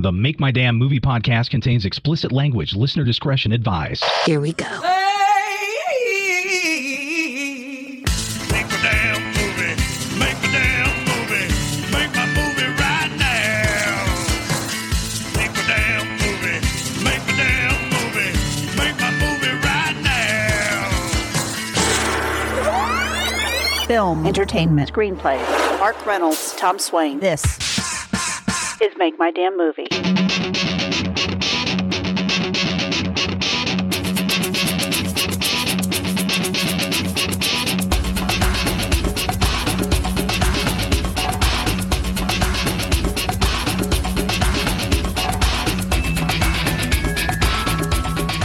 The Make My Damn Movie podcast contains explicit language. Listener discretion advised. Here we go. Make my damn movie. Make my damn movie. Make my movie right now. Make my damn movie. Make my damn movie. Make my movie right now. Film. Entertainment. Screenplay. Mark Reynolds, Tom Swain. This This. is Make My Damn Movie.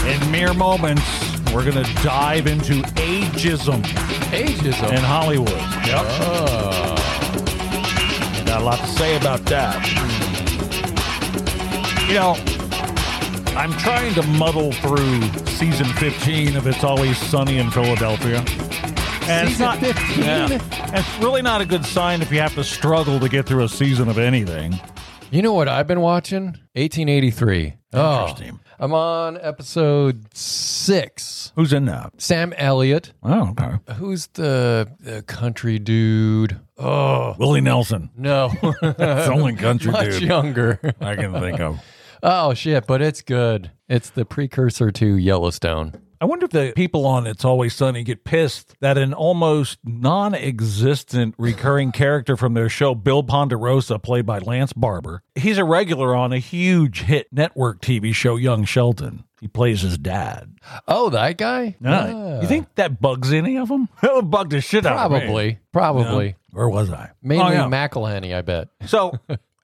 In mere moments, we're going to dive into ageism Ageism. in Hollywood. Yep. Got a lot to say about that. Hmm. You know, I'm trying to muddle through season 15 of It's Always Sunny in Philadelphia. And it's Season not, 15? Yeah. And it's really not a good sign if you have to struggle to get through a season of anything. You know what I've been watching? 1883. Oh, Interesting. I'm on episode six. Who's in that? Sam Elliott. Oh, okay. Who's the, the country dude? Oh, Willie Nelson. no. It's the only country Much dude younger. I can think of. Oh, shit, but it's good. It's the precursor to Yellowstone. I wonder if the people on It's Always Sunny get pissed that an almost non existent recurring character from their show, Bill Ponderosa, played by Lance Barber, he's a regular on a huge hit network TV show, Young Sheldon. He plays his dad. Oh, that guy? You think that bugs any of them? That would bug the shit out of me. Probably. Probably. Where was I? Mainly Oh, yeah. Oh. McElhenney, I bet. So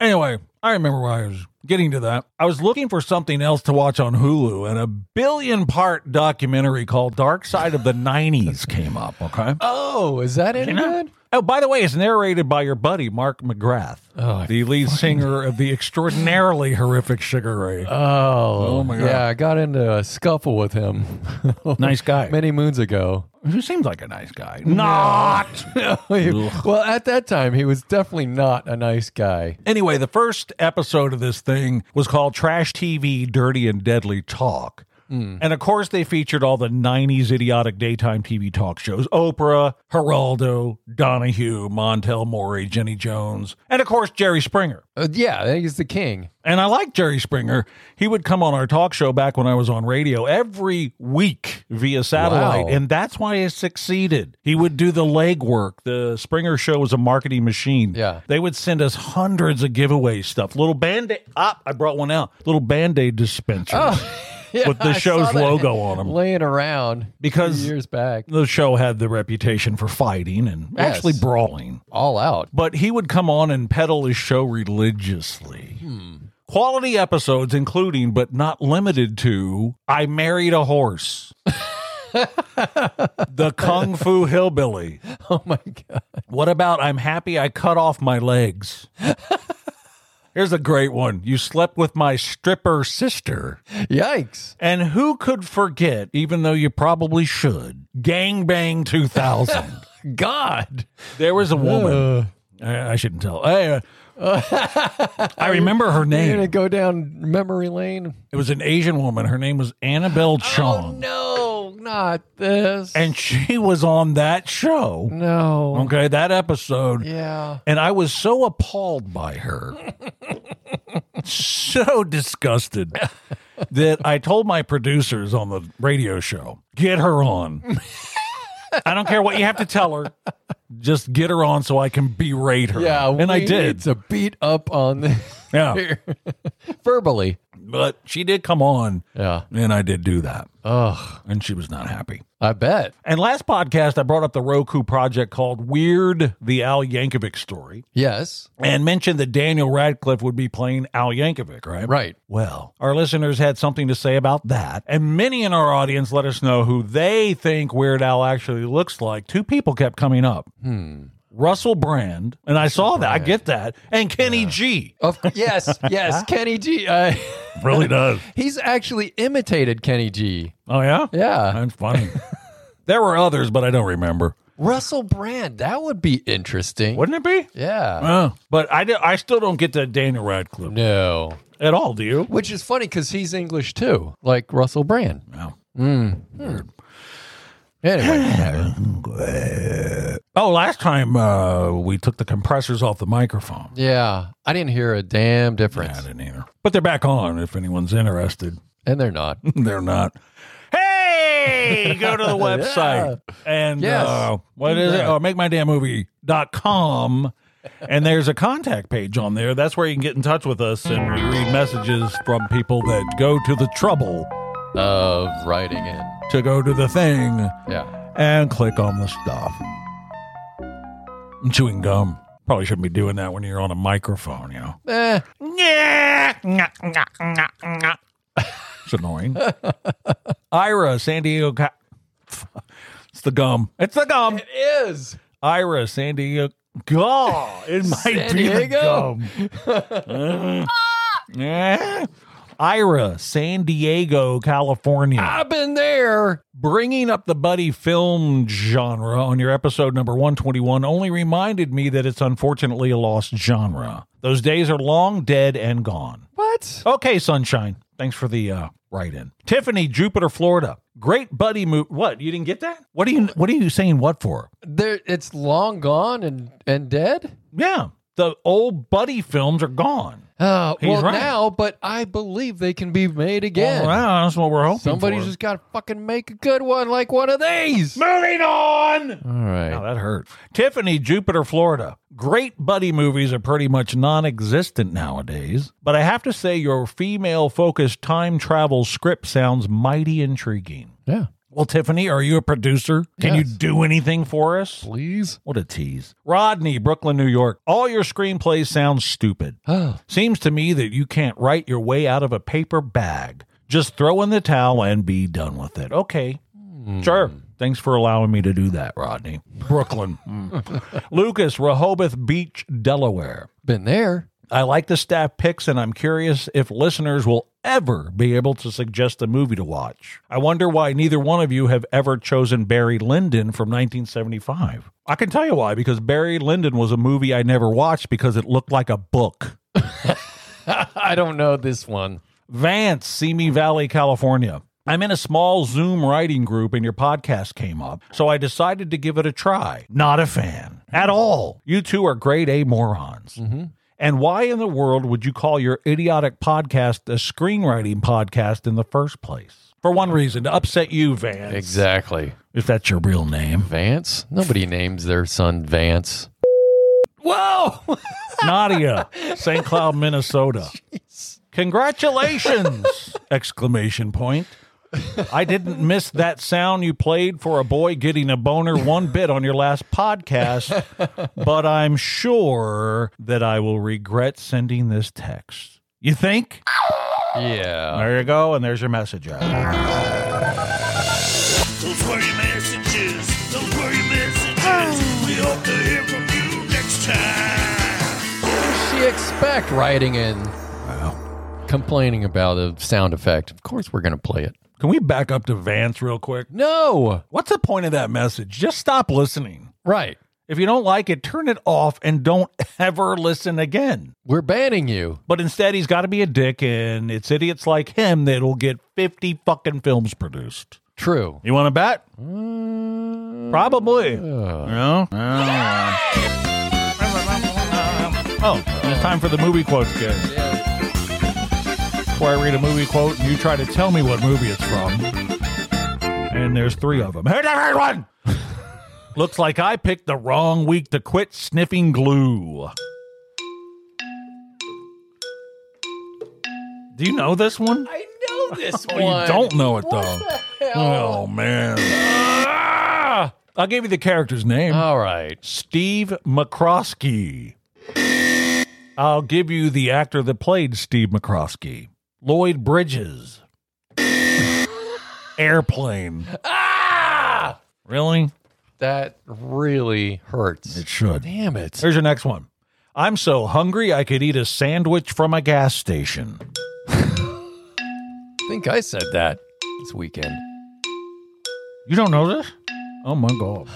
anyway, I remember why I was getting to that. I was looking for something else to watch on Hulu, and a billion part documentary called Dark Side of the 90s came up. Okay. Oh, is that any good? Oh, by the way, it's narrated by your buddy Mark McGrath, Oh, I the lead singer of the extraordinarily horrific Sugar Ray. Oh, Oh, my God. Yeah, I got into a scuffle with him nice guy. many moons ago. Who seems like a nice guy. Not. well, at that time, he was definitely not a nice guy. Anyway, the first episode of this thing was called Trash TV Dirty and Deadly Talk. And of course, they featured all the 90s idiotic daytime TV talk shows Oprah, Geraldo, Donahue, Montel Morey, Jenny Jones, and of course, Jerry Springer. Uh, yeah, he's the king. And I like Jerry Springer. He would come on our talk show back when I was on radio every week via satellite. Wow. And that's why it succeeded. He would do the legwork. The Springer show was a marketing machine. Yeah. They would send us hundreds of giveaway stuff. Little band aid. Ah, I brought one out. Little band aid dispensers Oh, Yeah, with I the saw show's that logo on them. Laying around Because years back, the show had the reputation for fighting and actually Yes. brawling all out. but he would come on and peddle his show religiously. Quality episodes, including but not limited to I Married a Horse, The Kung Fu Hillbilly. Oh my god! What about I'm Happy I Cut Off My Legs? Here's a great one. You slept with my stripper sister. Yikes! And who could forget, even though you probably should, Gangbang 2000? God, There was a woman. I, I shouldn't tell. I, uh, I remember her you're gonna name. go down memory lane. It was an Asian woman. Her name was Annabelle Oh Chong. no, not this. And she was on that show. no, Okay, that episode. yeah. And I was so appalled by her, so disgusted, that I told my producers on the radio show, get her on. I don't care what you have to tell her. Just get her on so I can berate her. Yeah, and I we did. need to beat up on this Yeah. verbally. But she did come on, Yeah. and I did do that, Ugh. and she was not happy. I bet. And last podcast, I brought up the Roku project called Weird the Al Yankovic Story Yes. and mentioned that Daniel Radcliffe would be playing Al Yankovic, right? Right. Well, our listeners had something to say about that. And many in our audience let us know who they think Weird Al actually looks like. Two people kept coming up Russell Brand, and I saw that, I get that, and Kenny G. Of yes. Yes. Kenny G. Uh, Really does. he's actually imitated Kenny G. Oh, yeah? Yeah. That's funny. there were others, but I don't remember. Russell Brand. That would be interesting. Wouldn't it be? Yeah. Oh, but I, do- I still don't get that Daniel Radcliffe No. at all, do you? Which is funny because he's English too, like Russell Brand. No. Anyway, Oh, last time uh, we took the compressors off the microphone. yeah, I didn't hear a damn difference, I didn't either. But they're back on if anyone's interested. and they're not. They're not. Hey, go to the website and Yes. uh, what is it? Oh, make my damn movie.com. And there's a contact page on there. That's where you can get in touch with us and we read messages from people that go to the trouble Of writing in, to go to the thing yeah. and click on the stuff. I'm chewing gum. Probably shouldn't be doing that when you're on a microphone, you know. Eh, It's annoying. Ira, San Diego. Ca- it's the gum. It's the gum. it is. Ira, San Diego. Gaw. It might San be Diego. the gum. Yeah. Ira, San Diego, California. I've been there. Bringing up the buddy film genre on your episode number 121 only reminded me that it's unfortunately a lost genre. Those days are long dead and gone. What? Okay, sunshine. Thanks for the uh, write-in. Tiffany, Jupiter, Florida. Great buddy move. What? You didn't get that? What are you? What are you saying? What for? There, it's long gone and and dead. Yeah, the old buddy films are gone. Uh, He's well, right. now, but I believe they can be made again. Well, yeah, that's what we're hoping. Somebody's for. just got to fucking make a good one, like one of these. All moving on. right. Oh, that hurt. Tiffany, Jupiter, Florida. Great buddy movies are pretty much non existent nowadays, but I have to say your female focused time travel script sounds mighty intriguing. yeah. Well, Tiffany, are you a producer? Can Yes. you do anything for us? Please. What a tease. Rodney, Brooklyn, New York. All your screenplays sound stupid. Oh, Seems to me that you can't write your way out of a paper bag. Just throw in the towel and be done with it. Okay. Sure. Thanks for allowing me to do that, Rodney. Brooklyn. Mm. Lucas, Rehoboth Beach, Delaware. been there. I like the staff picks, and I'm curious if listeners will ever be able to suggest a movie to watch. I wonder why neither one of you have ever chosen Barry Lyndon from 1975. I can tell you why, because Barry Lyndon was a movie I never watched because it looked like a book. I don't know this one. Vance, Simi Valley, California. I'm in a small Zoom writing group and your podcast came up, so I decided to give it a try. Not a fan at all. You two are grade A morons. And why in the world would you call your idiotic podcast a screenwriting podcast in the first place? For one reason, to upset you, Vance. Exactly. If that's your real name. Vance? Nobody names their son Vance. Whoa! Nadia, St. Cloud, Minnesota. Congratulations! Exclamation point. I didn't miss that sound you played for a boy getting a boner one bit on your last podcast, but I'm sure that I will regret sending this text. You think? Yeah. There you go, and there's your message. Adam. Those were your messages. Those were your messages. We hope to hear from you next time. What does she expect writing in? Complaining about a sound effect. Of course we're going to play it. Can we back up to Vance real quick? No. What's the point of that message? Just stop listening. Right. If you don't like it, turn it off and don't ever listen again. We're banning you. But instead, he's got to be a dick, and it's idiots like him that'll get 50 fucking films produced. True. You want to bet? Probably. No? Oh, it's time for the movie quotes game. Where I read a movie quote and you try to tell me what movie it's from. And there's three of them. Here's everyone! Looks like I picked the wrong week to quit sniffing glue. Do you know this one? I know this Oh, you don't know it though. Oh man. Ah! I'll give you the character's name. All right. Steve McCroskey. I'll give you the actor that played Steve McCroskey. Lloyd Bridges. Airplane. Ah! Really? That really hurts. It should. Damn it. Here's your next one. I'm so hungry I could eat a sandwich from a gas station. I think I said that this weekend. You don't know this? Oh my god.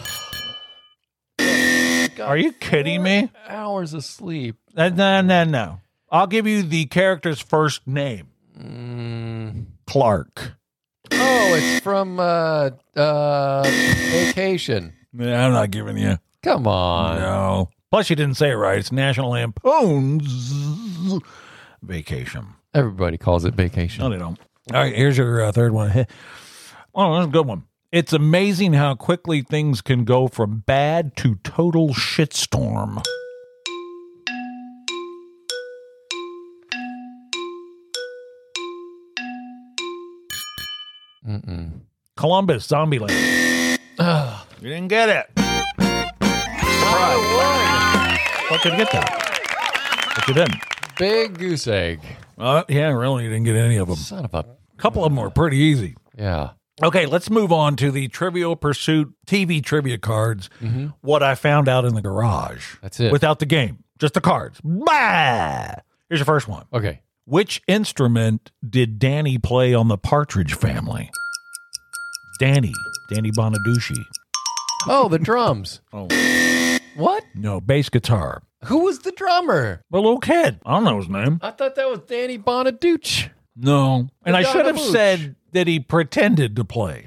got Are you kidding me? hours of sleep. Uh, No, no, no. I'll give you the character's first name Clark. Mm. Oh, it's from uh, uh, Vacation. Yeah, I'm not giving you. Come on. No. Plus, you didn't say it right. It's National Lampoon's Vacation. Everybody calls it Vacation. No, they don't. All right, here's your uh, third one. oh, that's a good one. It's amazing how quickly things can go from bad to total shitstorm. Mm-mm. Columbus, Zombieland. you didn't get it. But you get that. But you didn't. Big goose egg. Uh, yeah, really, you didn't get any of them. Son of a. A couple of them were pretty easy. Yeah. Okay, let's move on to the Trivial Pursuit TV trivia cards. What I found out in the garage. Mm-hmm. That's it. Without the game, just the cards. Bah! Here's your first one. Okay. Which instrument did Danny play on the Partridge Family? Danny, Danny Bonaducci. Oh, the drums. Oh. What? No, bass guitar. Who was the drummer? The little kid. I don't know his name. I thought that was Danny Bonaduce. No. And I The should have Donabooch. said that he pretended to play,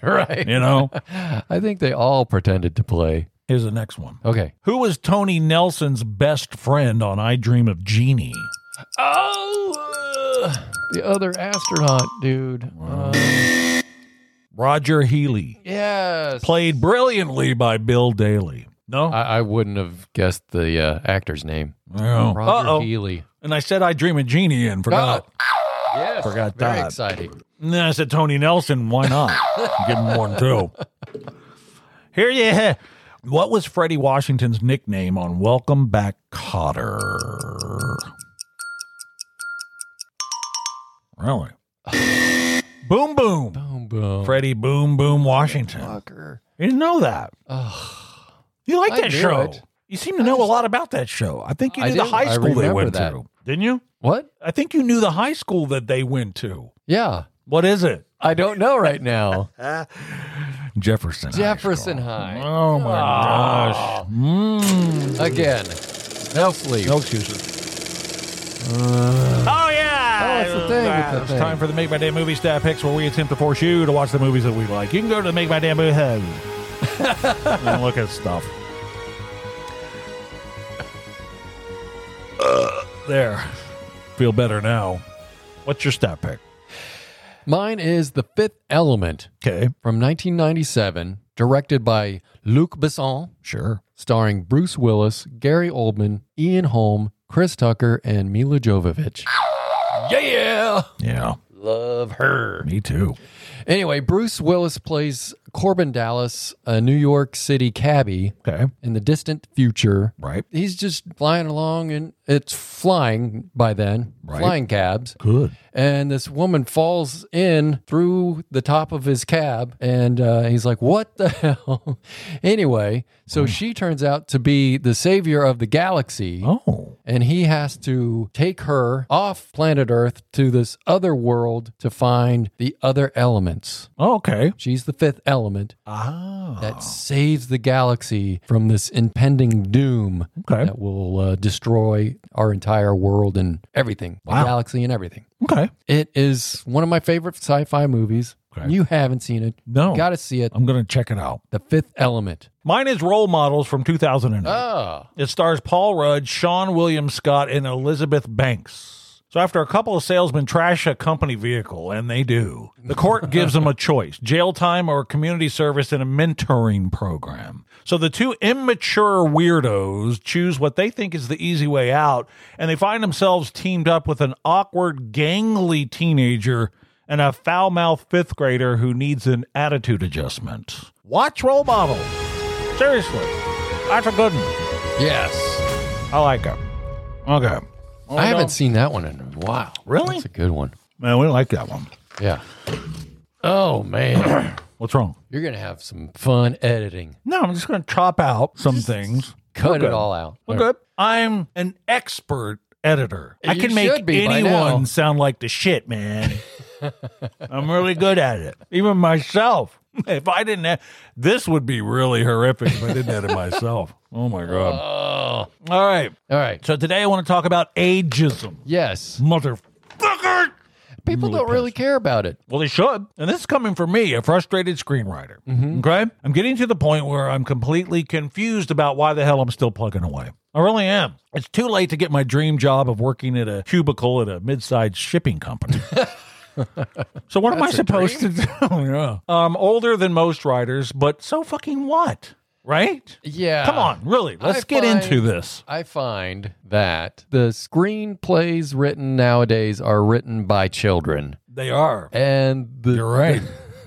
Right. you know? I think they all pretended to play. Here's the next one. Okay. Who was Tony Nelson's best friend on I Dream of Jeannie? Oh, uh, the other astronaut dude. Uh, Roger Healy, yes. played brilliantly by Bill Daly. No? I, I wouldn't have guessed the uh, actor's name. no. Roger Uh-oh. Healy. And I said I Dream of Jeannie and forgot. Yes. Forgot Very that. exciting. And then I said, Tony Nelson, why not? Give him one too. Here you ha- What was Freddie Washington's nickname on Welcome Back Cotter? Really? boom Boom. Boom, boom. Oh. Freddie Boom Boom Washington. Fucker. You didn't know that. Oh, You like I that knew show. it. You seem to know a lot about that show. I think you I knew the do. high I school they remember went that. to. Didn't you? what? I think you knew the high school that they went to. Yeah. What is it? I don't know right now. Jefferson. Jefferson High. Oh my gosh. Mm. Again. No sleep. No excuses. oh, yeah. Oh, it's the thing, it's the it's thing. time for the Make My Damn Movie Stat Picks where we attempt to force you to watch the movies that we like. You can go to the Make My Damn Movie and look at stuff. Uh, there. Feel better now. What's your stat pick? Mine is The Fifth Element Okay. from 1997, directed by Luc Besson. Sure. starring Bruce Willis, Gary Oldman, Ian Holm, Chris Tucker, and Mila Jovovich. Yeah! Yeah. Love her. Me too. Anyway, Bruce Willis plays Corbin Dallas, a New York City cabbie Okay. in the distant future. Right. He's just flying along and it's flying by then, Right. flying cabs. Good. And this woman falls in through the top of his cab. And uh, he's like, What the hell? anyway, Hmm. so she turns out to be the savior of the galaxy. Oh. And he has to take her off planet Earth to this other world to find the other elements. Okay. She's the fifth element Ah. that saves the galaxy from this impending doom Okay. that will uh, destroy our entire world and everything, Wow. the galaxy and everything. Okay. It is one of my favorite sci-fi movies. Okay. You haven't seen it. No. Got to see it. I'm going to check it out. The Fifth Element. Mine is Role Models from 2008. Oh. it stars Paul Rudd, Sean William Scott, and Elizabeth Banks. So after a couple of salesmen trash a company vehicle, and they do, the court gives them a choice: jail time or community service in a mentoring program. So the two immature weirdos choose what they think is the easy way out, and they find themselves teamed up with an awkward, gangly teenager and a foul-mouthed fifth grader who needs an attitude adjustment. Watch Role Model. Seriously, that's a good one. Yes. I like it. Okay. I haven't seen that one in a while. Oh, Really? That's a good one. Man, we like that one. Yeah. Oh man, What's wrong? you're gonna have some fun editing. No, I'm just going to chop out some things. Cut good. it all out. Okay. I'm an expert editor. I You can make should be by anyone now. sound like the shit, man. I'm really good at it. Even myself. If I didn't, ed- this would be really horrific if I didn't edit myself. Oh my god. Oh. All right. All right. So today I want to talk about ageism. Yes. Motherfucker. People don't really care about it. Well, they should. And this is coming from me, a frustrated screenwriter. Mm-hmm. Okay. I'm getting to the point where I'm completely confused about why the hell I'm still plugging away. I really am. It's too late to get my dream job of working at a cubicle at a mid-sized shipping company. so what am I supposed to do? yeah. I'm older than most writers, but so fucking what? Right? Yeah. Come on, really. Let's I get find- into this. I find that the screenplays written nowadays are written by children, They are. and the You're right.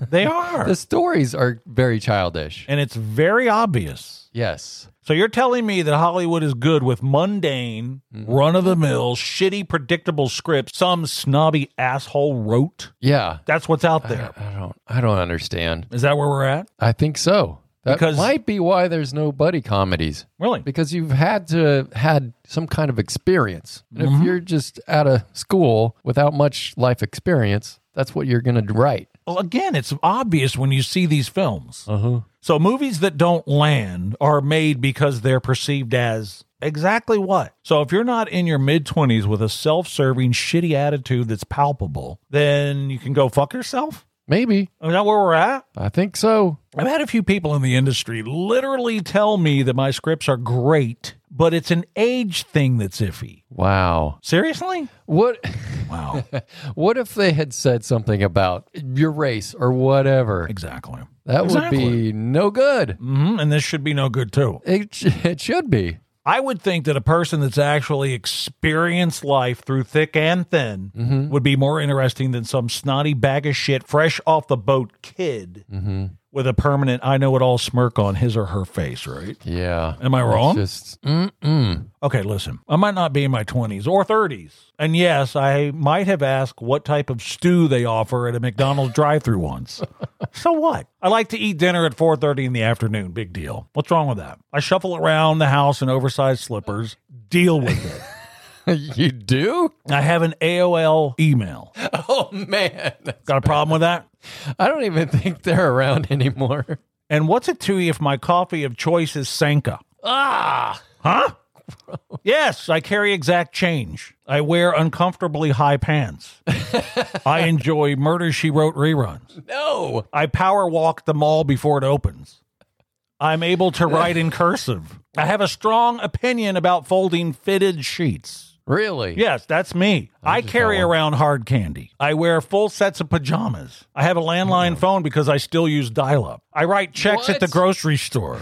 they are. the stories are very childish. and it's very obvious. Yes. So you're telling me that Hollywood is good with mundane, run of the mill, shitty, predictable scripts some snobby asshole wrote? Yeah. That's what's out there. I don't. I don't understand. Is that where we're at? I think so. That Because- might be why there's no buddy comedies. Really? Because you've had to had some kind of experience. And Mm-hmm. if you're just out of school without much life experience, that's what you're going to write. Well, again, it's obvious when you see these films. Uh. So movies that don't land are made because they're perceived as exactly what? So if you're not in your mid 20s with a self serving, shitty attitude that's palpable, then you can go fuck yourself? Maybe. Is that where we're at? I think so. I've had a few people in the industry literally tell me that my scripts are great, but it's an age thing that's iffy. Wow. Seriously? What Wow. what if they had said something about your race or whatever? exactly. That would Exactly. be no good. hmm And this should be no good, too. It sh- it should be. I would think that a person that's actually experienced life through thick and thin would be more interesting than some snotty bag of shit, fresh off the boat kid with a permanent I know it all smirk on his or her face, right? Yeah. Am I It's wrong? Just mm-mm. Okay, listen, I might not be in my 20s or 30s. And yes, I might have asked what type of stew they offer at a McDonald's drive-thru once. so what? I like to eat dinner at 4:30 in the afternoon, big deal. What's wrong with that? I shuffle around the house in oversized slippers. Deal with it. you do? I have an AOL email. Oh man. Got a problem with that? I don't even think they're around anymore. And what's it to you if my coffee of choice is Sanka? Ah, huh? Yes, I carry exact change. I wear uncomfortably high pants. I enjoy Murder She Wrote reruns. No. I power walk the mall before it opens. I'm able to write in cursive. I have a strong opinion about folding fitted sheets. Really? Yes, that's me. I carry around hard candy. I wear full sets of pajamas. I have a landline phone because I still use dial up. I write checks at What? the grocery store.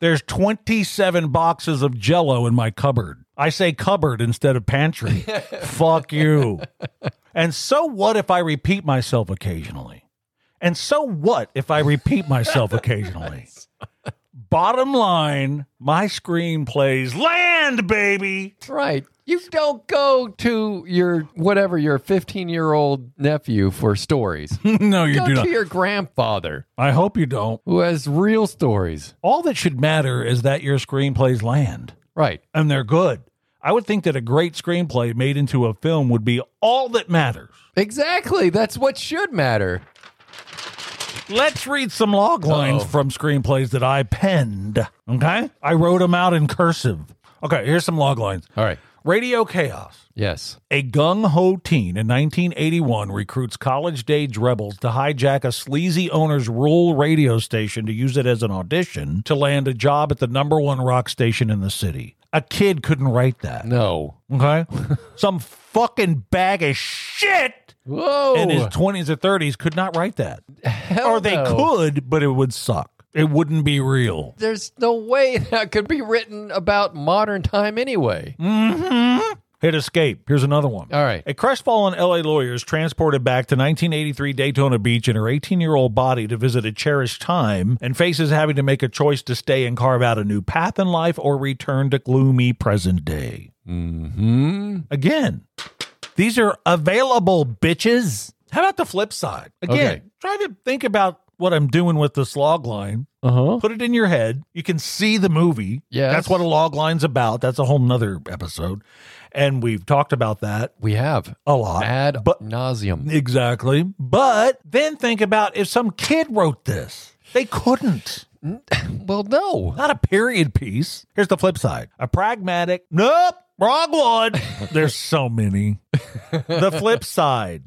There's 27 boxes of jello in my cupboard. I say cupboard instead of pantry. Fuck you. And so what if I repeat myself occasionally? And so what if I repeat myself occasionally? Bottom line, my screenplays land, baby. That's right. You don't go to your whatever your 15 year old nephew for stories. No, you go do to not. your grandfather I hope you don't. who has real stories. All that should matter is that your screenplays land Right. and they're good. I would think that a great screenplay made into a film would be all that matters. Exactly. That's what should matter. Let's read some log lines from screenplays that I penned. Okay? I wrote them out in cursive. Okay, here's some log lines All right. Radio Chaos. Yes. A gung ho teen in 1981 recruits college age rebels to hijack a sleazy owner's rural radio station to use it as an audition to land a job at the number one rock station in the city. A kid couldn't write that. No. Okay? Some fucking bag of shit Whoa. in his 20s or 30s could not write that. Hell Or they no. could, but it would suck. It wouldn't be real. There's no way that could be written about modern time anyway. Mm. Hit escape. Here's another one. All right. A crestfallen LA lawyer is transported back to 1983 Daytona Beach in her 18 year old body to visit a cherished time and faces having to make a choice to stay and carve out a new path in life or return to gloomy present day. Hmm. Again, these are available, bitches. How about the flip side? Again, Okay. try to think about what I'm doing with this log line. Uh huh. Put it in your head. You can see the movie. Yes. That's what a log line's about. That's a whole nother episode. And we've talked about that We have a lot. ad but nauseum. exactly. But then think about if some kid wrote this. They couldn't. Well, no. Not a period piece. Here's the flip side a pragmatic, nope, wrong one. There's so many. The flip side.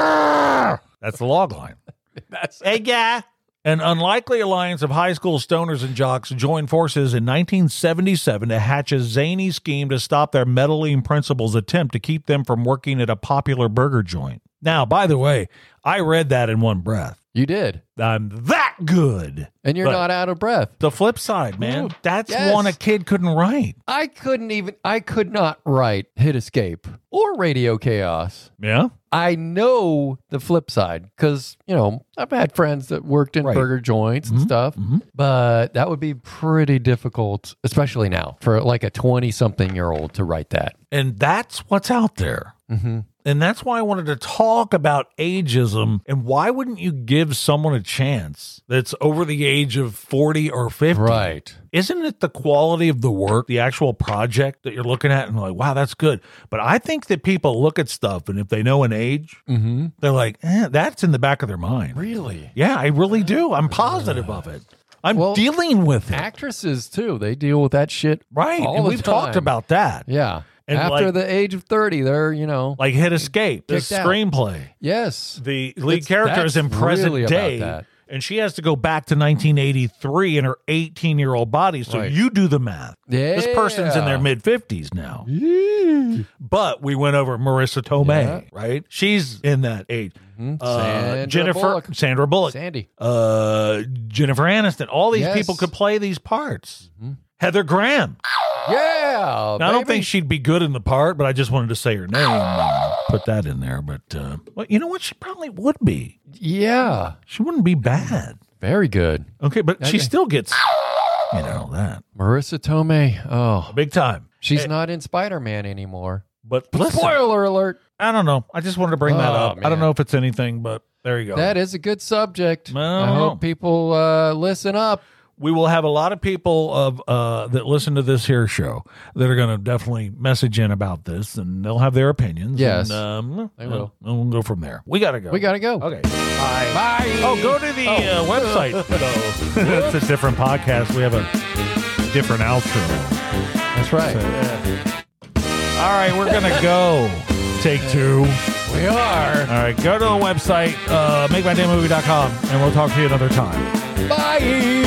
Grrr! That's the log line. That's hey, yeah. An unlikely alliance of high school stoners and jocks joined forces in 1977 to hatch a zany scheme to stop their meddling principal's attempt to keep them from working at a popular burger joint. Now, by the way, I read that in one breath. You did. I'm that good. And you're But- not out of breath. The flip side, man. Ooh, That's yes. one a kid couldn't write. I couldn't even, I could not write Hit Escape or Radio Chaos. Yeah. I know the flip side because, you know, I've had friends that worked in Right. Mm-hmm. burger joints and stuff, but that would be pretty difficult, especially now for like a 20 something year old to write that. And that's what's out there. Mm-hmm. And that's why I wanted to talk about ageism and why wouldn't you give someone a chance that's over the age of 40 or 50? Right. Isn't it the quality of the work, the actual project that you're looking at and like, wow, that's good. But I think that people look at stuff and if they know an age, Mm-hmm. they're like, eh, that's in the back of their mind. Really? Yeah, I really do. I'm positive of it. I'm Well, dealing with it. Actresses, too, they deal with that shit. Right. all and the we've talked time. about that. Yeah. And After like- the age of 30, they're, you know, Like hit escape, the Kicked out. screenplay. yes. The lead It's- character that's is in present really about day. that. And she has to go back to 1983 in her 18 year old body. So Right. you do the math. This person's in their Yeah. mid 50s now. But we went over Marissa Tomei, Yeah. Mm-hmm. right? She's in that age. Uh, Sandra Jennifer Bullock. Sandra Bullock, Sandy. uh, Jennifer Aniston. All these Yes. Mm-hmm. people could play these parts. Heather Graham. Yeah. Now, I don't baby. think she'd be good in the part, but I just wanted to say her name, and put that in there. But uh, well, you know what? She probably would be. Yeah. She wouldn't be bad. Very good. Okay, but she Okay. still gets you know that Marissa Tomei. Oh, big time. she's not in Spider Man anymore. But listen, Spoiler alert. I don't know. I just wanted to bring that Oh, up. I don't man. know if it's anything, but there you go. That is a good subject. Well, I no. hope people uh, listen up. we will have a lot of people of uh, that listen to this here show that are going to definitely message in about this, and they'll have their opinions. Yes. and, um, They will. And we'll go from there. We gotta go. We got to go. Okay. Bye. Oh, go to the uh, website. though. That's a different podcast. We have a different outro. That's right. All right, we're gonna go. Take two. We are. All right, go to the website, uh, makemydaymovie.com, and we'll talk to you another time. Bye.